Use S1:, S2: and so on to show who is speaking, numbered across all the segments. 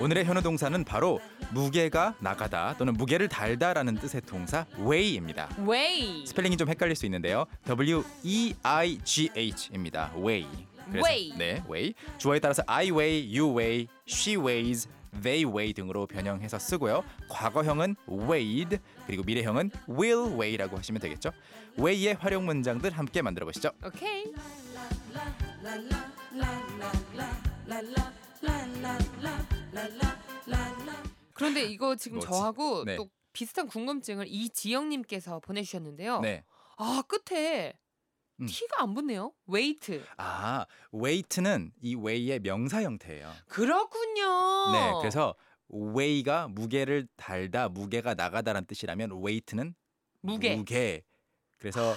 S1: 오늘의 현우 동사는 바로 무게가 나가다 또는 무게를 달다라는 뜻의 동사 weigh입니다.
S2: 웨이.
S1: 스펠링이 좀 헷갈릴 수 있는데요. W E I G H입니다. weigh. 그래서,
S2: Weigh.
S1: 네, weigh. 주어에 따라서 I weigh, you weigh, she weighs, they weigh 등으로 변형해서 쓰고요. 과거형은 weighed 그리고 미래형은 will weigh라고 하시면 되겠죠. weigh의 활용 문장들 함께 만들어 보시죠.
S2: 오케이. 그런데 이거 지금
S1: 뭐지?
S2: 저하고
S1: 네.
S2: 또 비슷한 궁금증을 이지영님께서 보내주셨는데요.
S1: 네.
S2: 아 끝에
S1: 음.
S2: T가 안 붙네요. 웨이트.
S1: 아, weight는 이 weigh의 명사 형태예요.
S2: 그렇군요.
S1: 네, 그래서 weigh가 무게를 달다, 무게가 나가다라는 뜻이라면 weight는
S2: 무게. 아.
S1: 그래서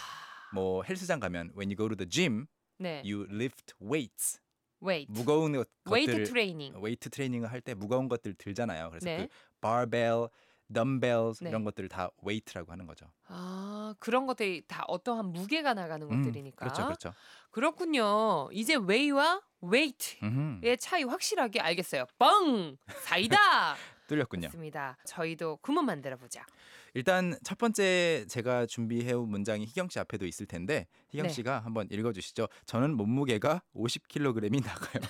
S1: 뭐 헬스장 가면 when you go to the gym,
S2: 네.
S1: you lift weights.
S2: 웨이트.
S1: 무거운 것-
S2: 웨이트
S1: 것들을 어.
S2: 트레이닝.
S1: 웨이트 트레이닝을 할 때 무거운 것들 들잖아요. 그래서
S2: 네.
S1: 그 바벨, 덤벨
S2: 네.
S1: 이런 것들을 다 웨이트라고 하는 거죠.
S2: 아 그런 것들이 다 어떠한 무게가 나가는
S1: 음,
S2: 것들이니까.
S1: 그렇죠, 그렇죠.
S2: 군요 이제 웨이와 웨이트.
S1: 음흠,
S2: 의 차이 확실하게 알겠어요. 뻥 사이다.
S1: 뚫렸군요.
S2: 맞습니다. 저희도 구문 만들어 보자.
S1: 일단 첫 번째 제가 준비해온 문장이 희경 씨 앞에도 있을 텐데 희경
S2: 네.
S1: 씨가 한번 읽어주시죠. 저는 몸무게가 50kg이 나가요.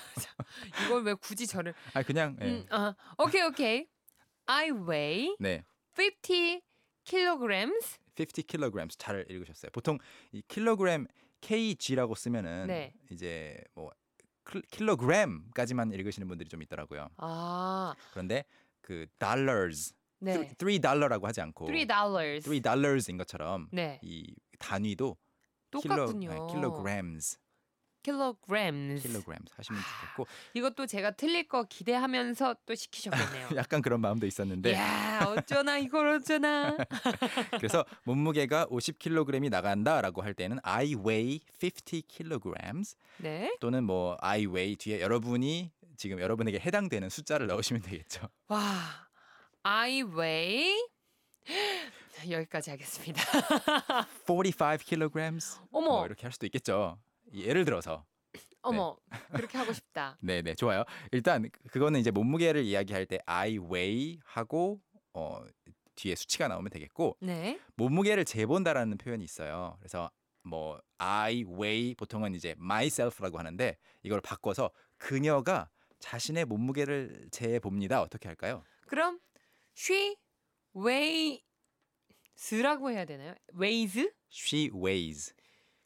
S2: 이걸 왜 굳이 저를?
S1: 아 그냥 예.
S2: 음, 아, 오케이 오케이. I weigh
S1: 네
S2: 50 kilograms.
S1: 50kg 잘 읽으셨어요. 보통 이 킬로그램 kg라고 쓰면은
S2: 네.
S1: 이제 뭐 킬- 킬로그램까지만 읽으시는 분들이 좀 있더라고요.
S2: 아
S1: 그런데 그 dollars
S2: 네.
S1: 3 달러라고 하지 않고
S2: 3 dollars.
S1: r s 인 것처럼
S2: 네.
S1: 이 단위도 네,
S2: 똑같군요.
S1: 킬로그램스
S2: kilograms.
S1: 킬로그램 하시면
S2: 아.
S1: 좋겠고
S2: 이것도 제가 틀릴 거 기대하면서 또 시키셨겠네요.
S1: 약간 그런 마음도 있었는데
S2: 야 어쩌나 이걸 어쩌나.
S1: 그래서 몸무게가 50kg이 나간다라고 할 때는 I weigh 50kg
S2: 네.
S1: 또는 뭐 I weigh 뒤에 여러분이 지금 여러분에게 해당되는 숫자를 넣으시면 되겠죠.
S2: 와 I weigh 여기까지 하겠습니다.
S1: 45kg
S2: 어머
S1: 뭐 이렇게 네. 할 수도 있겠죠. 예를 들어서
S2: 어머 그렇게 하고 싶다.
S1: 네네 좋아요. 일단 그거는 이제 몸무게를 이야기할 때 I weigh 하고 어 뒤에 수치가 나오면 되겠고
S2: 네.
S1: 몸무게를 재본다라는 표현이 있어요. 그래서 뭐 I weigh 보통은 이제 myself라고 하는데 이걸 바꿔서 그녀가 자신의 몸무게를 재봅니다. 어떻게 할까요?
S2: 그럼 she weighs라고 해야 되나요? weighs?
S1: She weighs.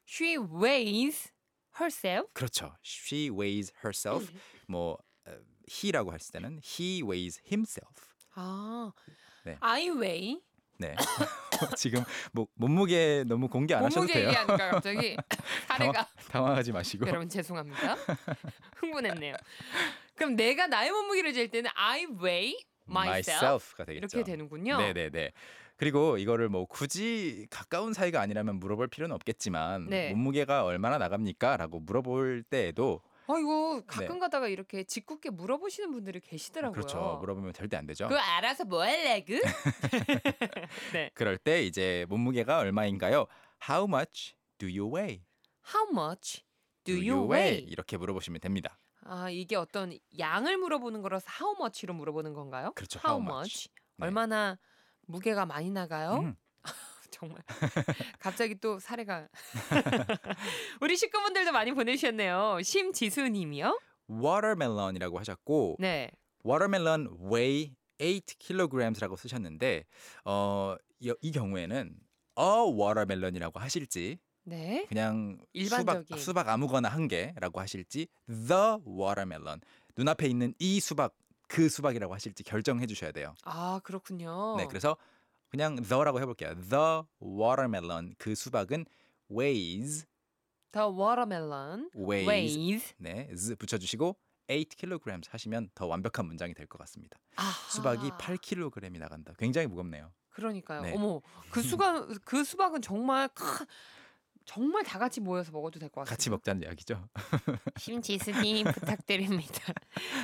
S2: she weighs herself.
S1: 그렇죠. She weighs herself.
S2: 네.
S1: 뭐 어, he라고 할 때는 he weighs himself.
S2: 아
S1: 네.
S2: I weigh
S1: 네. 지금 뭐 몸무게 너무 공개 안 하셔도
S2: 몸무게
S1: 돼요.
S2: 얘기하니까 갑자기 사례가
S1: 당황하지 마시고.
S2: 여러분 죄송합니다. 흥분했네요. 그럼 내가 나의 몸무게를 잴 때는 I weigh myself,
S1: myself가 되겠죠.
S2: 이렇게 되는군요.
S1: 네네네. 그리고 이거를 뭐 굳이 가까운 사이가 아니라면 물어볼 필요는 없겠지만
S2: 네.
S1: 몸무게가 얼마나 나갑니까?라고 물어볼 때에도
S2: 아 이거 가끔
S1: 네.
S2: 가다가 이렇게 짓궂게 물어보시는 분들이 계시더라고요.
S1: 그렇죠. 물어보면 절대 안 되죠.
S2: 그거 알아서 뭐 할래그? 네.
S1: 그... 럴때 이제 몸무게가 얼마인가요? How much do you weigh?
S2: How much do you weigh?
S1: 이렇게 물어보시면 됩니다.
S2: 아 이게 어떤 양을 물어보는 거라서 how much로 물어보는 건가요?
S1: 그렇죠.
S2: How,
S1: How much?
S2: much?
S1: 네.
S2: 얼마나 무게가 많이 나가요?
S1: 음.
S2: 정말 갑자기 또 사례가 우리 식구분들도 많이 보내주셨네요. 심지수님이요.
S1: Watermelon이라고 하셨고
S2: 네.
S1: watermelon weigh 8kgs라고 쓰셨는데 어, 이, 이 경우에는 a watermelon이라고 하실지
S2: 네.
S1: 그냥
S2: 일반적인.
S1: 수박, 수박 아무거나 한 개라고 하실지 the watermelon 눈앞에 있는 이 수박 그 수박이라고 하실지 결정해 주셔야 돼요.
S2: 아 그렇군요.
S1: 네, 그래서 그냥 the라고 해볼게요. The watermelon 그 수박은 weighs
S2: The watermelon
S1: weighs,
S2: weighs
S1: 네, z 붙여주시고 8kg 하시면 더 완벽한 문장이 될 것 같습니다.
S2: 아하.
S1: 수박이 8kg이 나간다. 굉장히 무겁네요.
S2: 그러니까요.
S1: 네.
S2: 어머 그 수가 그 수박은 정말 크, 정말 다 같이 모여서 먹어도 될 것 같아요.
S1: 같이 먹자는 이야기죠.
S2: 심지수님 어, 부탁드립니다.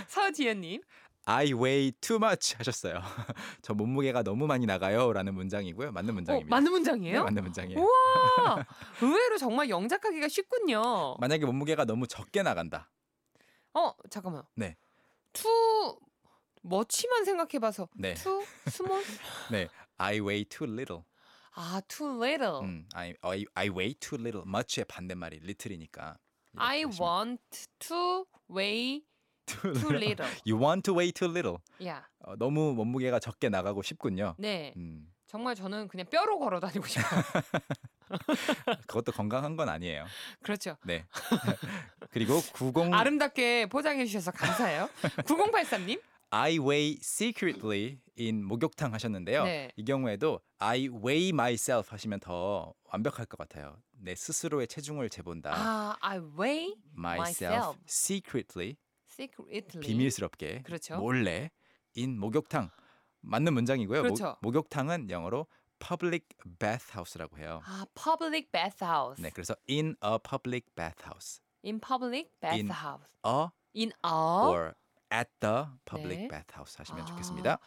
S2: 서지현님.
S1: I weigh too much 하셨어요. 저 몸무게가 너무 많이 나가요라는 문장이고요. 맞는
S2: 어,
S1: 문장입니다.
S2: 맞는
S1: 네,
S2: 문장이에요? 어?
S1: 맞는 문장이에요.
S2: 우와 의외로 정말 영작하기가 쉽군요.
S1: 만약에 몸무게가 너무 적게 나간다.
S2: 어 잠깐만.
S1: 네.
S2: 투 머치만 생각해봐서
S1: 네.
S2: 투 스몰
S1: 네. I weigh too little.
S2: 아 too little.
S1: 음, I, I, I weigh too little. much의 반대말이 little이니까. 이렇게
S2: I
S1: 하시면-
S2: want to weigh too little.
S1: You want to weigh too little.
S2: 야,
S1: 어, 너무 몸무게가 적게 나가고 싶군요.
S2: 네,
S1: 음,
S2: 정말 저는 그냥 뼈로 걸어 다니고 싶어요.
S1: 그것도 건강한 건 아니에요.
S2: 그렇죠.
S1: 네. 그리고 90
S2: 아름답게 포장해 주셔서 감사해요. 9083님.
S1: I weigh secretly in 목욕탕 하셨는데요.
S2: 네.
S1: 이 경우에도 I weigh myself 하시면 더 완벽할 것 같아요. 내 스스로의 체중을 재본다.
S2: 아, I weigh
S1: myself,
S2: myself.
S1: secretly
S2: secretly.
S1: 비밀스럽게
S2: 그렇죠.
S1: 몰래 in 목욕탕 맞는 문장이고요. 목-
S2: 그렇죠.
S1: 목욕탕은 영어로 public bathhouse라고 해요.
S2: 아, public bathhouse.
S1: 네, 그래서 in a public bathhouse,
S2: In public
S1: In-
S2: bathhouse.
S1: a
S2: In, a
S1: or at the public
S2: 어? 네.
S1: bathhouse 하시면
S2: 아,
S1: 좋겠습니다.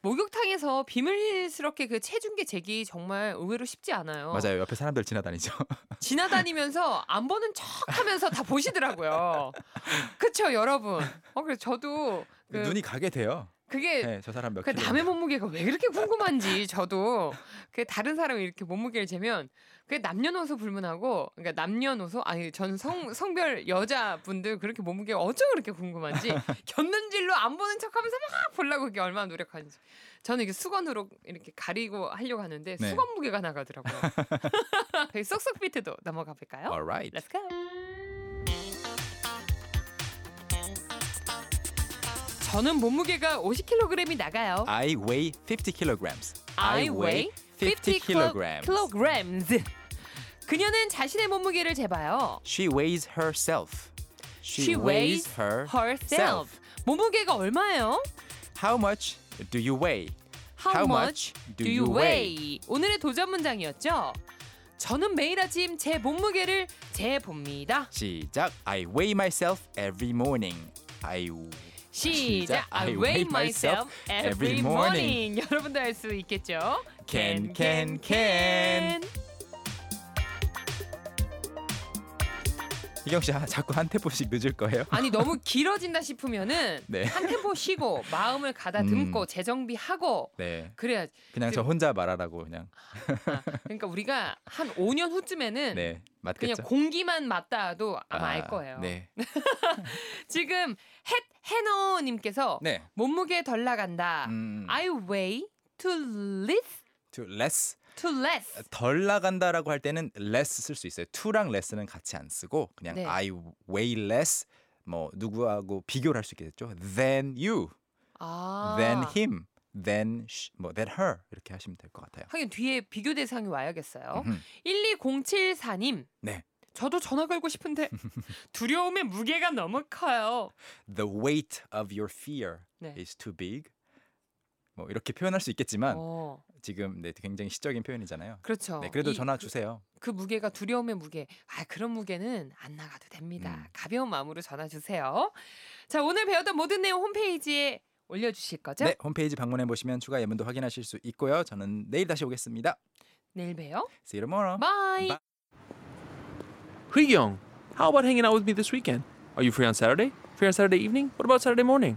S2: 목욕탕에서 비밀스럽게 그 체중계 재기 정말 의외로 쉽지 않아요.
S1: 맞아요. 옆에 사람들 지나다니죠.
S2: 지나다니면서 안 보는 척하면서 다 보시더라고요. 그쵸 여러분. 어 그래 저도 그,
S1: 눈이 가게 돼요.
S2: 그게
S1: 네, 저 사람 몇
S2: 그
S1: 킬로
S2: 남의 몸무게가 왜 그렇게 궁금한지 저도 그 다른 사람이 이렇게 몸무게를 재면 그게 남녀노소 불문하고 그러니까 남녀노소 아니 전 성 성별 여자분들 그렇게 몸무게가 어쩜 그렇게 궁금한지 곁눈질로 안 보는 척하면서 막 보려고 그게 얼마나 노력하는지 저는 이게 수건으로 이렇게 가리고 하려고 하는데
S1: 네.
S2: 수건 무게가 나가더라고요. 되게 쏙쏙 비트도 넘어가 볼까요?
S1: Alright.
S2: Oh, Let's go. 저는 몸무게가 50kg이 나가요.
S1: I weigh 50 kilograms.
S2: I weigh 50
S1: kilograms.
S2: kilograms. 그녀는 자신의 몸무게를 재봐요.
S1: She weighs herself. She,
S2: She weighs
S1: her
S2: herself. 몸무게가 얼마예요?
S1: How much do you weigh? How much do you
S2: 오늘의 도전 문장이었죠. 저는 매일 아침 제 몸무게를 재봅니다.
S1: 시작. I weigh myself every morning. I
S2: 시작. I weigh myself every morning. 여러분도 할 수 있겠죠?
S1: Can, can, can. 이경 씨 아, 자꾸 한 템포씩 늦을 거예요.
S2: 아니 너무 길어진다 싶으면은
S1: 네.
S2: 한 템포 쉬고 마음을 가다듬고
S1: 음.
S2: 재정비하고
S1: 네.
S2: 그래야
S1: 그냥 저 혼자 말하라고 그냥.
S2: 아, 그러니까 우리가 한 5년 후쯤에는
S1: 네.
S2: 그냥
S1: 맞겠죠?
S2: 공기만 맞닿아도 아마
S1: 아,
S2: 알 거예요.
S1: 네.
S2: 지금 햇 해너님께서
S1: 네.
S2: 몸무게 덜 나간다.
S1: 음.
S2: I weigh too less,
S1: to less
S2: too less.
S1: 덜 나간다라고 할 때는 less 쓸 수 있어요. to랑 less는 같이 안 쓰고 그냥
S2: 네.
S1: I weigh less 뭐 누구하고 비교를 할 수 있겠죠. than you,
S2: 아,
S1: than him, than she, 뭐 than her 이렇게 하시면 될 것 같아요.
S2: 하긴 뒤에 비교 대상이 와야겠어요.
S1: 음흠.
S2: 12074님.
S1: 네.
S2: 저도 전화 걸고 싶은데 두려움의 무게가 너무 커요.
S1: The weight of your fear
S2: 네.
S1: is too big. 뭐 이렇게 표현할 수 있겠지만
S2: 어,
S1: 지금 네, 굉장히 시적인 표현이잖아요.
S2: 그렇죠.
S1: 네, 그래도
S2: 이-
S1: 전화
S2: 그-
S1: 주세요.
S2: 그 무게가 두려움의 무게. 아 그런 무게는 안 나가도 됩니다.
S1: 음.
S2: 가벼운 마음으로 전화 주세요. 자 오늘 배웠던 모든 내용 홈페이지에 올려주실 거죠?
S1: 네, 홈페이지 방문해 보시면 추가 예문도 확인하실 수 있고요. 저는 내일 다시 오겠습니다.
S2: 내일 봬요.
S1: See you tomorrow.
S2: 바이.
S1: Bye.
S3: Young, how about hanging out with me this weekend? Are you free on Saturday? Free on Saturday evening? What about Saturday morning?